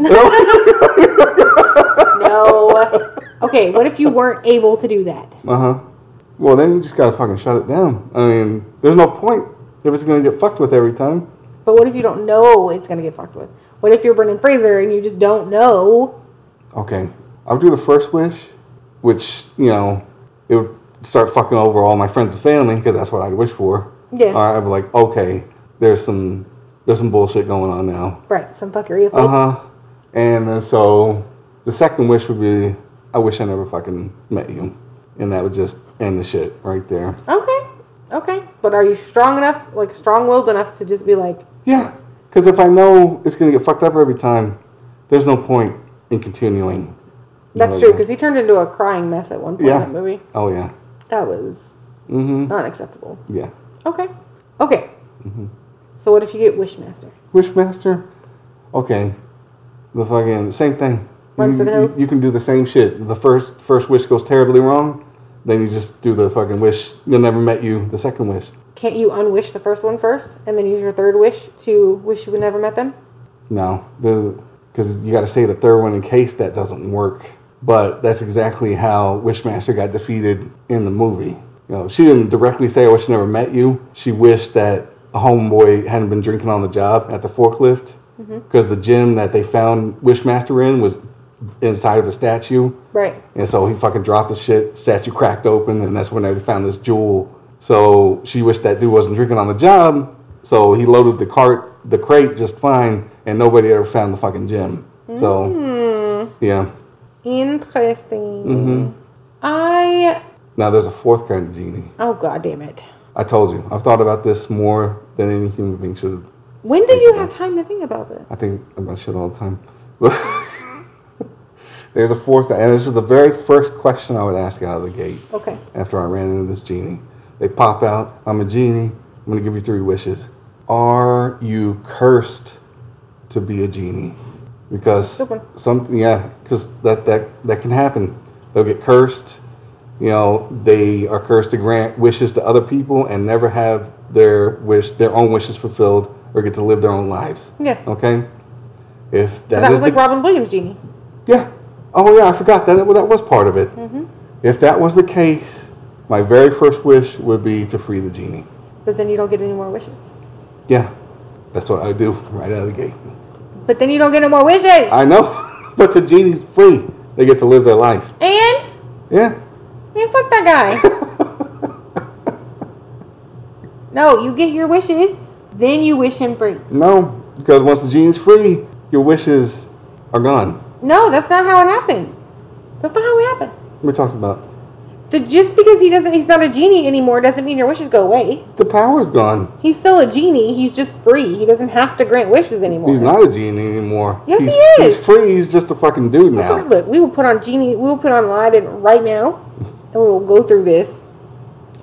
S2: No. Okay, what if you weren't able to do that?
S1: Uh-huh. Uh huh. Well, then you just gotta fucking shut it down. I mean, there's no point If it's gonna get fucked with every time,
S2: But what if you don't know it's gonna get fucked with? What if you're Brendan Fraser and you just don't know?
S1: okay. I'll do the first wish, which you know, it would start fucking over all my friends and family because that's what I'd wish for.
S2: Yeah.
S1: All right, I'd be like, okay, there's some there's some bullshit going on now.
S2: Right, some fuckery of
S1: Uh huh. And then so the second wish would be, I wish I never fucking met you, and that would just end the shit right there.
S2: Okay. Okay. But are you strong enough, like strong willed enough to just be like,
S1: Yeah, because if I know it's gonna get fucked up every time, there's no point in continuing.
S2: that's
S1: No,
S2: true,
S1: no.
S2: because he turned into a crying mess at one point
S1: Yeah.
S2: in that movie.
S1: Oh yeah.
S2: That was
S1: Mm-hmm.
S2: unacceptable.
S1: Yeah.
S2: Okay. Okay. So what if you get Wishmaster?
S1: Wishmaster. Okay. The fucking same thing.
S2: Run
S1: you,
S2: for the
S1: you-
S2: hills?
S1: you can do the same shit. The first first wish goes terribly wrong, then you just do the fucking wish. You'll never met you. The second wish.
S2: Can't you unwish the first one first and then use your third wish to wish you would never met them?
S1: No, because you got to say the third one in case that doesn't work. But that's exactly how Wishmaster got defeated in the movie. You know, she didn't directly say, "I wish I never met you." She wished that a homeboy hadn't been drinking on the job at the forklift because the gym that they found Wishmaster in was inside of a statue,
S2: Right.
S1: and so he fucking dropped the shit. Statue cracked open, and that's when they found this jewel. So she wished that dude wasn't drinking on the job. So he loaded the cart, the crate, just fine, and nobody ever found the fucking gem. So yeah.
S2: Interesting.
S1: Mm-hmm.
S2: I
S1: Now there's a fourth kind of genie.
S2: oh god damn it.
S1: I told you. I've thought about this more than any human being should.
S2: When did you have time to think about this?
S1: I think about shit all the time. there's a fourth, and this is the very first question I would ask out of the gate.
S2: Okay.
S1: after I ran into this genie. They pop out. I'm a genie. I'm going to give you three wishes. Are you cursed to be a genie? Because
S2: Good one.
S1: something, yeah, because that, that, that can happen. They'll get cursed. You know, they are cursed to grant wishes to other people and never have their wish, their own wishes fulfilled, or get to live their own lives.
S2: Yeah.
S1: Okay. If
S2: But
S1: that,
S2: that
S1: is
S2: was like
S1: the,
S2: Robin Williams genie.
S1: yeah. Oh yeah, I forgot that. Well, that was part of it.
S2: Mm-hmm.
S1: If that was the case, my very first wish would be to free the genie.
S2: But then you don't get any more wishes.
S1: Yeah, that's what I do right out of the gate.
S2: But then you don't get any more wishes.
S1: I know, but the genie's free. They get to live their life.
S2: And
S1: Yeah.
S2: man, fuck that guy. no, you get your wishes, then you wish him free.
S1: No, because once the genie's free, your wishes are gone.
S2: No, that's not how it happened. That's not how it happened.
S1: What are we talking about?
S2: The, just because he doesn't, he's not a genie anymore, doesn't mean your wishes go away.
S1: The power's gone.
S2: He's still a genie. He's just free. He doesn't have to grant wishes anymore.
S1: He's not a genie anymore.
S2: Yes,
S1: he's,
S2: he is.
S1: He's free. He's just a fucking dude
S2: Fuck,
S1: now.
S2: Look, we will put on genie. We will put on Aladdin right now, and we will go through this.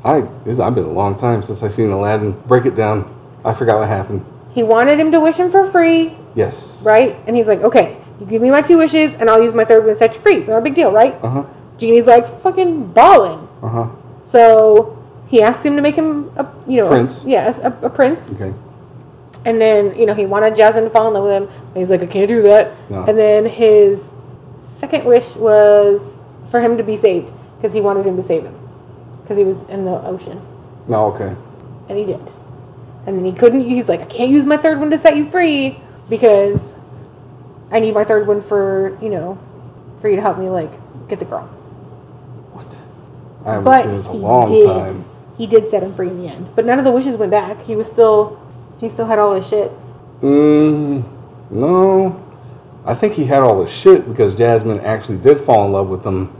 S1: I it's, I've been a long time since I seen Aladdin. Break it down. I forgot what happened.
S2: He wanted him to wish him for free,
S1: Yes.
S2: right? And he's like, okay, you give me my two wishes, and I'll use my third one to set you free. Not a big deal, right?
S1: Uh huh.
S2: Genie's like fucking balling.
S1: Uh huh.
S2: So he asked him to make him a you know
S1: Prince.
S2: Yes, a, a prince.
S1: Okay.
S2: And then, you know, he wanted Jasmine to fall in love with him. And he's like, I can't do that.
S1: No.
S2: And then his second wish was for him to be saved because he wanted him to save him because he was in the ocean.
S1: No. Okay.
S2: And he did. And then he couldn't, he's like, I can't use my third one to set you free because I need my third one for, you know, for you to help me, like, get the girl.
S1: What? I haven't
S2: But
S1: seen this in a
S2: he
S1: long
S2: did.
S1: time.
S2: He did set him free in the end. But none of the wishes went back. He was still, he still had all his shit.
S1: Mm, no. I think he had all the shit because Jasmine actually did fall in love with him,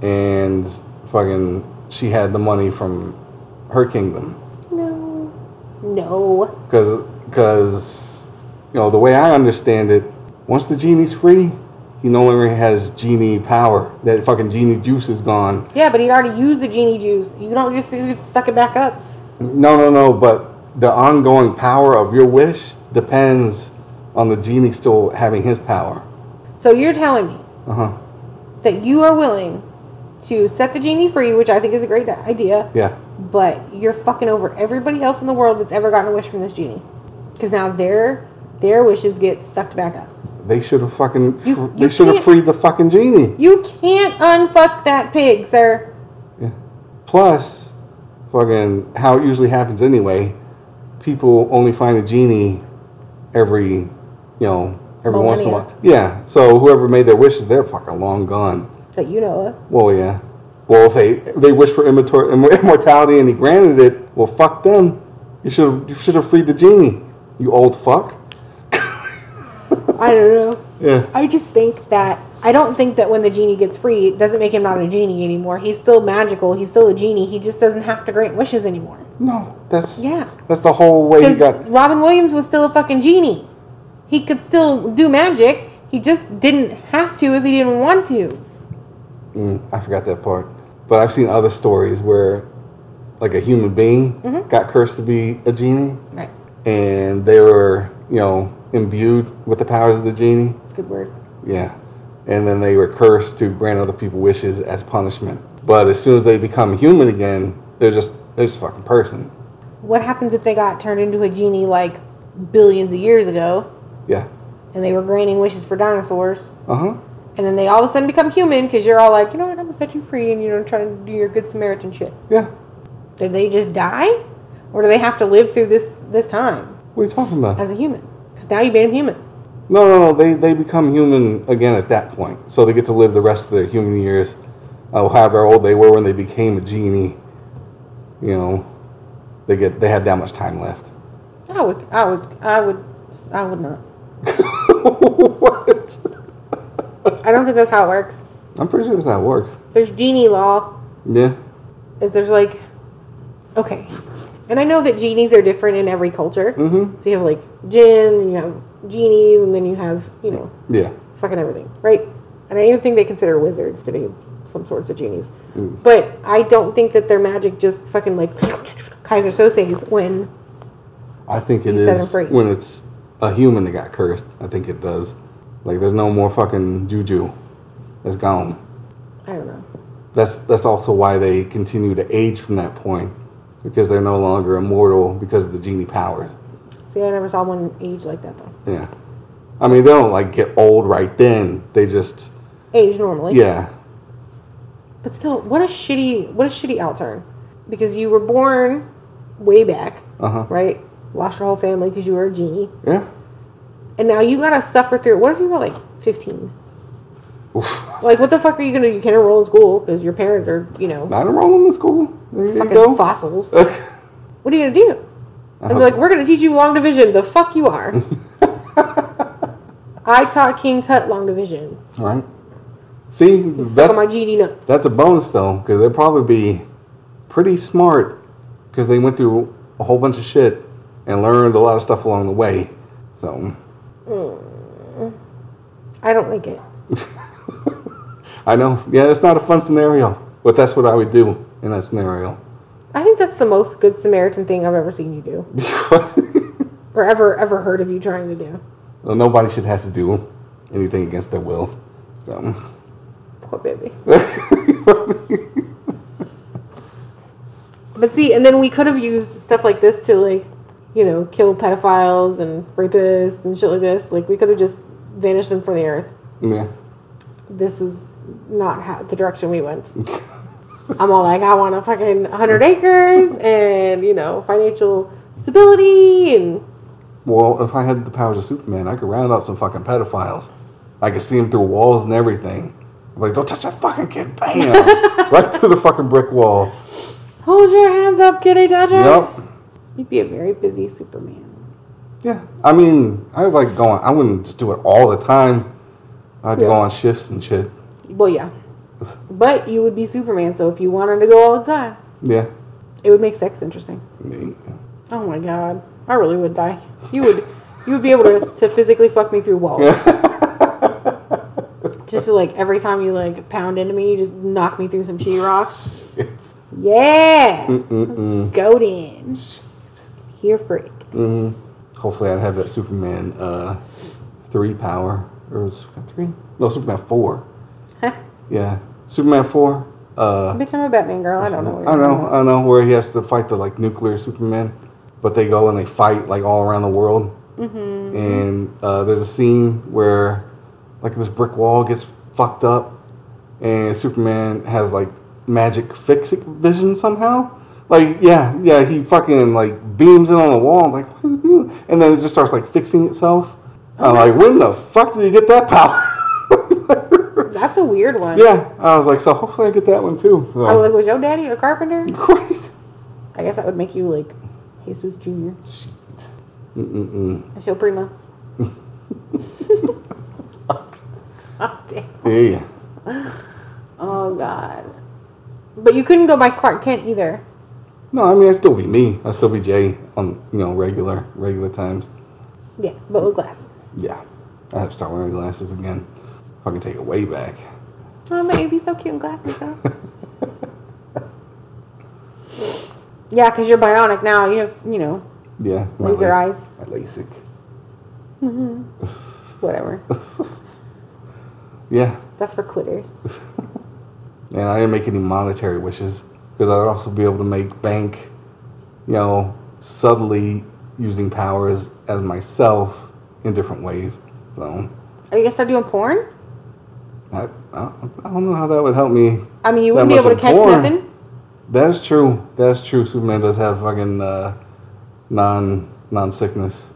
S1: and fucking she had the money from her kingdom
S2: No. No.
S1: because because you know the way I understand it, once the genie's free. He no longer has genie power. That fucking genie juice is gone.
S2: Yeah, but he already used the genie juice. You don't just you just suck it back up.
S1: No, no, no. But the ongoing power of your wish depends on the genie still having his power.
S2: So you're telling me
S1: Uh huh.
S2: that you are willing to set the genie free, which I think is a great idea,
S1: Yeah.
S2: but you're fucking over everybody else in the world that's ever gotten a wish from this genie. Because now their their wishes get sucked back up.
S1: They should have fucking.
S2: You-
S1: fr-
S2: you
S1: they should have
S2: can't-
S1: freed the fucking genie.
S2: You can't unfuck that pig, sir.
S1: Yeah. Plus, fucking how it usually happens anyway. people only find a genie every, you know, every once in a
S2: Millennia.
S1: while. Yeah. So whoever made their wishes, they're fucking long gone.
S2: that you know of.
S1: Well, yeah. Well, if they they wish for immator- imm- immortality and he granted it, well, fuck them. You should you should have freed the genie. You old fuck.
S2: I don't know.
S1: Yeah.
S2: I just think that I don't think that when the genie gets free, it doesn't make him not a genie anymore. He's still magical. He's still a genie. He just doesn't have to grant wishes anymore.
S1: No. That's
S2: Yeah.
S1: That's the whole way he
S2: Because
S1: got.
S2: Robin Williams was still a fucking genie. He could still do magic. He just didn't have to if he didn't want to.
S1: Mm, I forgot that part. But I've seen other stories where, like, a human being got cursed to be a genie,
S2: Right.
S1: and they were, you know, imbued with the powers of the genie.
S2: It's a good word.
S1: Yeah. And then they were cursed to grant other people wishes as punishment. But as soon as they become human again, they're just they're just a fucking person.
S2: What happens if they got turned into a genie like billions of years ago
S1: Yeah.
S2: and they were granting wishes for dinosaurs?
S1: Uh huh.
S2: And then they all of a sudden become human because you're all like, you know what, I'm gonna set you free and you know try to do your good Samaritan shit.
S1: Yeah.
S2: Did they just die, or do they have to live through this this time
S1: What are you talking about?
S2: as a human? Because now you made him human.
S1: No, no, no. They they become human again at that point, so they get to live the rest of their human years, uh, however old they were when they became a genie. You know, they get they have that much time left.
S2: I would, I would, I would, I would not.
S1: what?
S2: I don't think that's how it works.
S1: I'm pretty sure that's how it works.
S2: There's genie law.
S1: Yeah.
S2: Is there's like, okay, and I know that genies are different in every culture.
S1: Mhm.
S2: So you have like jinn, and you have genies, and then you have you know
S1: Yeah.
S2: fucking everything, right? And I even think they consider wizards to be some sorts of genies. But I don't think that their magic just fucking like Kaiser Sose's when
S1: I think it
S2: You set 'em
S1: is
S2: free.
S1: when it's a human that got cursed. I think it does. Like there's no more fucking juju. That's gone.
S2: I don't know.
S1: That's that's also why they continue to age from that point because they're no longer immortal because of the genie powers.
S2: See, I never saw one age like that though.
S1: Yeah. I mean, they don't like get old right then. They just
S2: Age normally.
S1: yeah.
S2: But still, what a shitty, what a shitty outturn. Because you were born way back,
S1: Uh-huh.
S2: right? Lost your whole family because you were a genie,
S1: Yeah.
S2: and now you gotta suffer through. What if you were like fifteen?
S1: Oof.
S2: Like, what the fuck are you gonna? do? You can't enroll in school because your parents are, you know,
S1: Not enrolling in school. There you
S2: fucking
S1: go.
S2: fossils. what are you gonna do? And be like, we're gonna teach you long division. The fuck you are. I taught King Tut long division.
S1: All right. See,
S2: Suck on
S1: that's
S2: my genie nuts.
S1: That's a bonus though, because they'll probably be pretty smart because they went through a whole bunch of shit and learned a lot of stuff along the way. So
S2: I don't like it.
S1: I know, yeah, it's not a fun scenario, but that's what I would do in that scenario.
S2: I think that's the most good Samaritan thing I've ever seen you do, or ever ever heard of you trying to do.
S1: Well, Nobody should have to do anything against their will. So
S2: Poor baby. but see, and then we could have used stuff like this to like, you know, kill pedophiles and rapists and shit like this. Like we could have just vanished them from the earth.
S1: yeah,
S2: This is not how, the direction we went. I'm all like, I want a fucking 100 acres and, you know, financial stability and
S1: well, if I had the powers of Superman, I could round up some fucking pedophiles. I could see them through walls and everything. I'm like, don't touch that fucking kid! Bam! right through the fucking brick wall.
S2: Hold your hands up, kitty toucher.
S1: Yep.
S2: You'd be a very busy Superman.
S1: Yeah, I mean, I would like going. I wouldn't just do it all the time. I'd go
S2: Yeah.
S1: on shifts and shit.
S2: Well, yeah. But you would be Superman, so if you wanted to go all the time,
S1: Yeah.
S2: it would make sex interesting.
S1: Me.
S2: Oh my god. I really would die. You would you would be able to, to physically fuck me through walls. just so, like every time you like pound into me, you just knock me through some she rock.
S1: It's
S2: Yeah. Go in. Here for it.
S1: mm-hmm. hopefully I'd have that Superman uh, three power or was it Superman three? No, Superman four.
S2: Huh.
S1: Yeah, Superman four. Uh,
S2: Bitch, I'm a Batman girl. I don't know.
S1: I
S2: what you're talking
S1: know,
S2: about.
S1: I know where he has to fight the like nuclear Superman, but they go and they fight like all around the world. Mm-hmm. And uh, there's a scene where like this brick wall gets fucked up, and Superman has like magic fix it vision somehow, Like, yeah, yeah, he fucking like beams it on the wall. I'm like, what is it doing? And then it just starts like fixing itself. I'm like, when the fuck did you get that power?
S2: That's a weird one.
S1: yeah, I was like, so hopefully I get that one too. So,
S2: I was like, was your daddy a carpenter?
S1: Christ.
S2: I guess that would make you like Jesus Jr.
S1: Shit. Mm-mm-mm.
S2: I show prima.
S1: Fuck.
S2: Oh, damn.
S1: Yeah.
S2: Oh, God. But you couldn't go by Clark Kent either.
S1: No, I mean, I'd still be me. I'd still be Jay on, you know, regular, regular times.
S2: Yeah, but with glasses.
S1: Yeah. I have to start wearing glasses again. Fucking take it way back.
S2: Oh, man, you'd be so cute in glasses, though. yeah, because you're bionic now. You have, you know,
S1: Yeah. my
S2: Laser
S1: LASIK-
S2: eyes.
S1: My LASIK.
S2: whatever.
S1: Yeah.
S2: That's for quitters.
S1: And I didn't make any monetary wishes because I'd also be able to make bank, you know, subtly using powers as myself in different ways. So
S2: Are you going to start doing porn?
S1: I, I, don't- I don't know how that would help me.
S2: I mean, you
S1: That
S2: wouldn't be
S1: much
S2: able
S1: of
S2: to catch
S1: porn.
S2: nothing.
S1: That's true. That's true. Superman does have fucking uh, non non sickness.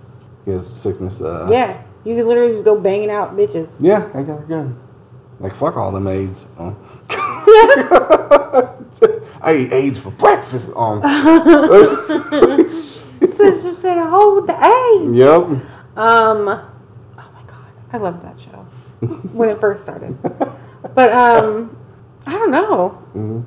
S1: He has sickness. Uh,
S2: Yeah. You could literally just go banging out bitches.
S1: Yeah, I got good. Like fuck all them AIDS. Um, I eat AIDS for breakfast. Um,
S2: This just said, hold the A.
S1: yep.
S2: Um, oh my god, I loved that show when it first started. But um, I don't know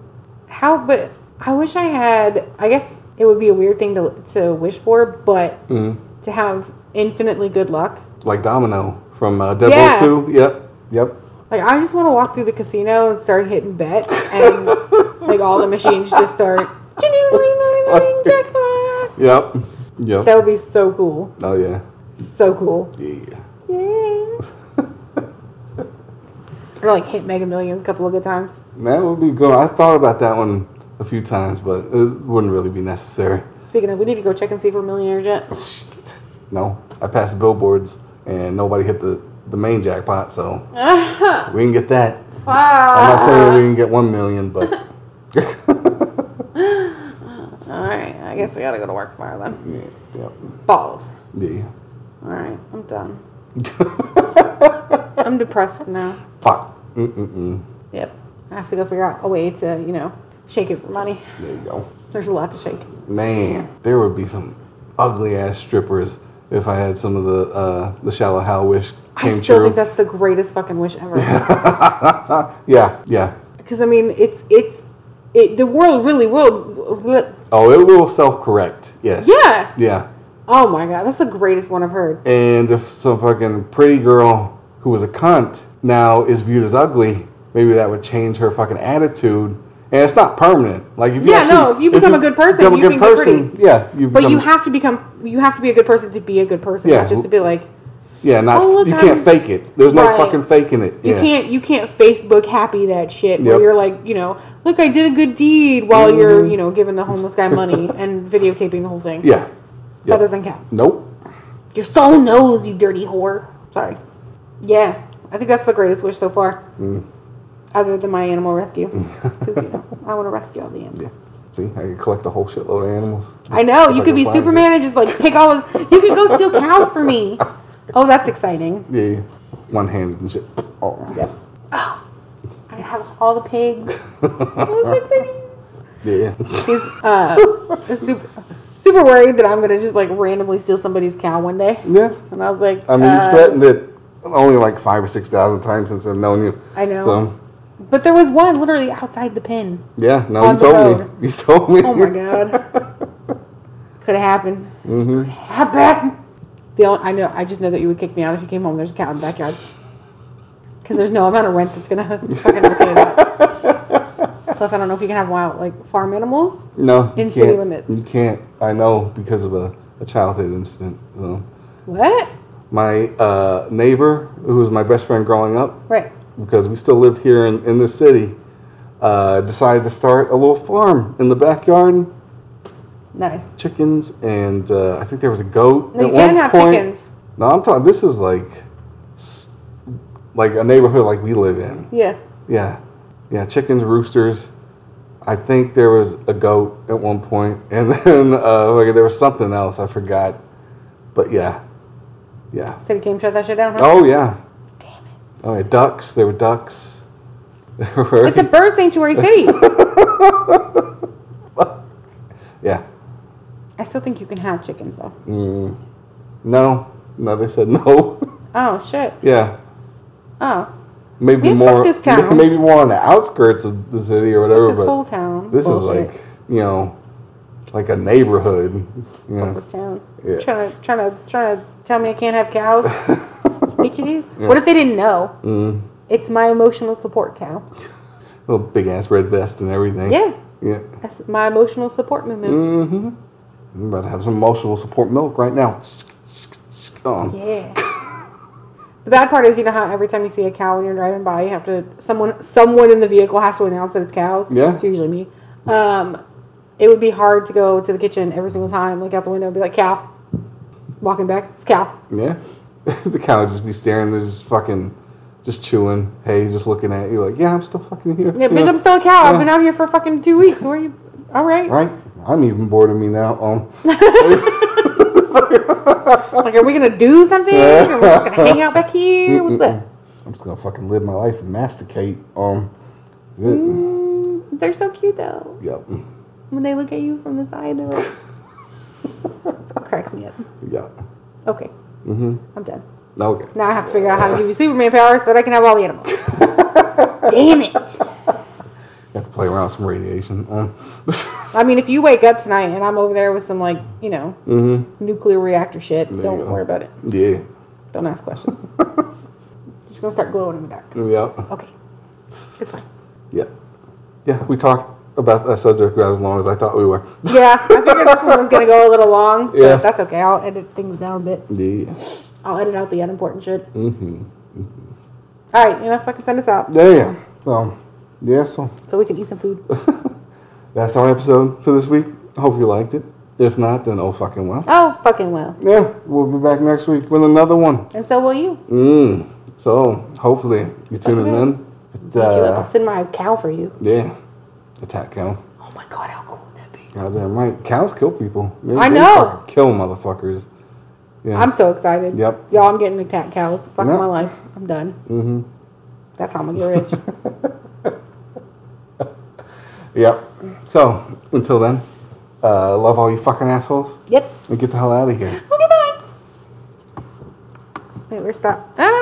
S2: how. But I wish I had. I guess it would be a weird thing to to wish for, but to have infinitely good luck.
S1: Like Domino from uh, Deadpool
S2: Yeah.
S1: 2. Yep. Yep.
S2: Like I just want to walk through the casino and start hitting bet, and like all the machines just start. Jackpot.
S1: Yep. Yep.
S2: That would be so cool.
S1: Oh, yeah.
S2: So cool.
S1: Yeah.
S2: Yeah. or like hit Mega Millions a couple of good times.
S1: That would be good. I thought about that one a few times, but it wouldn't really be necessary.
S2: Speaking of, we need to go check and see if we're millionaires yet.
S1: No. I passed billboards and nobody hit the, the main jackpot, so we can get that. I'm not saying we can get 1 million, but
S2: All right, I guess we gotta go to work tomorrow then.
S1: yeah. Yep.
S2: Balls.
S1: Yeah.
S2: All right, I'm done. I'm depressed now.
S1: Fuck. Mm-mm-mm.
S2: Yep. I have to go figure out a way to, you know, shake it for money.
S1: There you go.
S2: There's a lot to shake.
S1: Man, there would be some ugly ass strippers if I had some of the uh, the shallow hell wish came
S2: I still
S1: true.
S2: think that's the greatest fucking wish ever.
S1: yeah, yeah.
S2: Because I mean, it's it's it. The world really will.
S1: Oh, it will self correct. Yes.
S2: Yeah.
S1: Yeah.
S2: Oh my god, that's the greatest one I've heard.
S1: And if some fucking pretty girl who was a cunt now is viewed as ugly, maybe that would change her fucking attitude. And it's not permanent. Like if you
S2: Yeah,
S1: actually-
S2: no, if you become a good person,
S1: become a
S2: you
S1: good
S2: can get
S1: person. yeah, you
S2: But you
S1: become-
S2: have to become. You have to be a good person to be a good person,
S1: Yeah.
S2: not just to be like.
S1: yeah, not
S2: Oh, look,
S1: you can't
S2: I'm-
S1: fake it. There's no
S2: Right.
S1: fucking faking it.
S2: You
S1: yeah.
S2: can't you can't Facebook happy that shit where
S1: Yep. Mm-hmm.
S2: you're like, you know, look I did a good deed while you're, you know, giving the homeless guy money and videotaping the whole thing.
S1: Yeah.
S2: That
S1: Yep.
S2: doesn't count.
S1: Nope.
S2: Your soul knows, you dirty whore. Sorry. Yeah. I think that's the greatest wish so far.
S1: Mm.
S2: Other than my animal rescue. Because, you know, I want to rescue all the animals.
S1: Yeah. See, I could collect a whole shitload of animals.
S2: I know. You could
S1: I can
S2: be
S1: find
S2: Superman and just, like, pick all of. You could go steal cows for me. Oh, that's exciting.
S1: Yeah. One handed and shit. Oh.
S2: Yep. Oh, I have all the pigs. Oh, that's exciting.
S1: Yeah.
S2: He's uh, super, super worried that I'm gonna just like randomly steal somebody's cow one day.
S1: Yeah.
S2: And I was like,
S1: I mean,
S2: uh,
S1: you've threatened it only like five or six thousand times since I've known you.
S2: I know.
S1: So,
S2: But there was one literally outside the pen.
S1: yeah, no,
S2: On
S1: you
S2: the
S1: told
S2: road.
S1: me. You told me.
S2: Oh my god, could have happened.
S1: Mm-hmm.
S2: Could have happened. The only, I know. I just know that you would kick me out if you came home. There's a cow in the backyard. Because there's no amount of rent that's gonna fucking repay that. Plus, I don't know if you can have wild like farm animals.
S1: No. you
S2: In city
S1: can't.
S2: limits.
S1: You can't. I know because of a, a childhood incident. So.
S2: What?
S1: My uh, neighbor, who was my best friend growing up,
S2: Right.
S1: because we still lived here in, in this city, uh, decided to start a little farm in the backyard.
S2: Nice.
S1: chickens, and uh, I think there was a goat.
S2: No, you
S1: at one
S2: can't have chickens.
S1: No, I'm talking. This is like, s- like a neighborhood like we live in.
S2: Yeah.
S1: Yeah, yeah. Chickens, roosters. I think there was a goat at one point, and then uh, like, there was something else I forgot. But yeah, yeah.
S2: City Game shut that shit down. Huh?
S1: Oh yeah.
S2: Damn it!
S1: Oh yeah. Ducks. There were ducks. There were.
S2: It's a bird sanctuary city.
S1: yeah.
S2: I still think you can have chickens though.
S1: Mm. No. No, they said no.
S2: Oh shit.
S1: yeah.
S2: Oh,
S1: Maybe
S2: Yeah, fuck
S1: more.
S2: this town.
S1: Maybe more on the outskirts of the city or whatever.
S2: this
S1: but
S2: whole town.
S1: this
S2: Bullshit.
S1: is like you know, like a neighborhood. You
S2: Fuck
S1: know.
S2: this town.
S1: Yeah.
S2: Trying to trying to trying to tell me I can't have cows. Bitch, it is. What if they didn't know?
S1: Mm.
S2: It's my emotional support cow.
S1: Little big ass red vest and everything.
S2: Yeah.
S1: Yeah.
S2: That's my emotional support movement.
S1: Mm-hmm. I'm about to have some emotional support milk right now. Um,
S2: Yeah. the bad part is, you know how every time you see a cow when you're driving by, you have to someone someone in the vehicle has to announce that it's cows.
S1: Yeah.
S2: It's usually me. Um, it would be hard to go to the kitchen every single time, look out the window, and be like cow. Walking back, it's cow.
S1: Yeah. the cow would just be staring. They're just fucking, just chewing. Hey, just looking at you like, yeah, I'm still fucking here.
S2: Yeah,
S1: You
S2: bitch,
S1: know,
S2: I'm still a cow. I've
S1: Yeah.
S2: been out here for fucking two weeks. Where you? All right.
S1: Right? I'm even bored of me now. Um,
S2: Like, are we gonna do something? Or we're just gonna hang out back here? What's that?
S1: I'm just gonna fucking live my life and masticate. Um, that's it.
S2: Mm, they're so cute though.
S1: Yep.
S2: When they look at you from the side, they're like, it cracks me up.
S1: Yep.
S2: Okay,
S1: Mm-hmm.
S2: I'm done.
S1: Okay.
S2: Now I have to figure out how to give you Superman powers so that I can have all the animals. Damn it!
S1: Have to play around with some radiation. Um,
S2: I mean, if you wake up tonight and I'm over there with some like you know nuclear reactor shit,
S1: Mm-hmm. There you
S2: don't
S1: go.
S2: worry about it.
S1: yeah.
S2: Don't ask questions. Just gonna start glowing in the dark.
S1: Yep.
S2: Okay, it's fine.
S1: Yeah. Yeah, we talked about that subject about as long as I thought we were.
S2: Yeah, I figured this one was gonna go a little long, but
S1: Yeah.
S2: that's okay. I'll edit things down a bit.
S1: Yeah.
S2: I'll edit out the unimportant shit. Mm-hmm. All right, you know, fucking send us out
S1: Yeah, yeah. So, yeah, so
S2: so we can eat some food.
S1: that's our episode for this week. Hope you liked it. If not, then oh fucking well.
S2: Oh, fucking well.
S1: Yeah, we'll be back next week with another one.
S2: And so will you.
S1: Mm. So, hopefully, you tune in then. But,
S2: Beat you up. I'll
S1: uh,
S2: send my cow for you.
S1: yeah. Attack cow.
S2: Oh my god, how cool would that be?
S1: Goddamn right. Cows kill people. They-
S2: I
S1: they
S2: know.
S1: fucking Kill motherfuckers. Yeah.
S2: I'm so excited.
S1: Yep.
S2: Y'all, I'm getting McTat cows. Fuck
S1: Yep.
S2: my life. I'm done.
S1: mm-hmm.
S2: That's how I'm gonna get rich.
S1: Yep. So, until then, uh, love all you fucking assholes
S2: yep.
S1: and get the hell out of here.
S2: Okay, bye. Wait, where's that? Ah!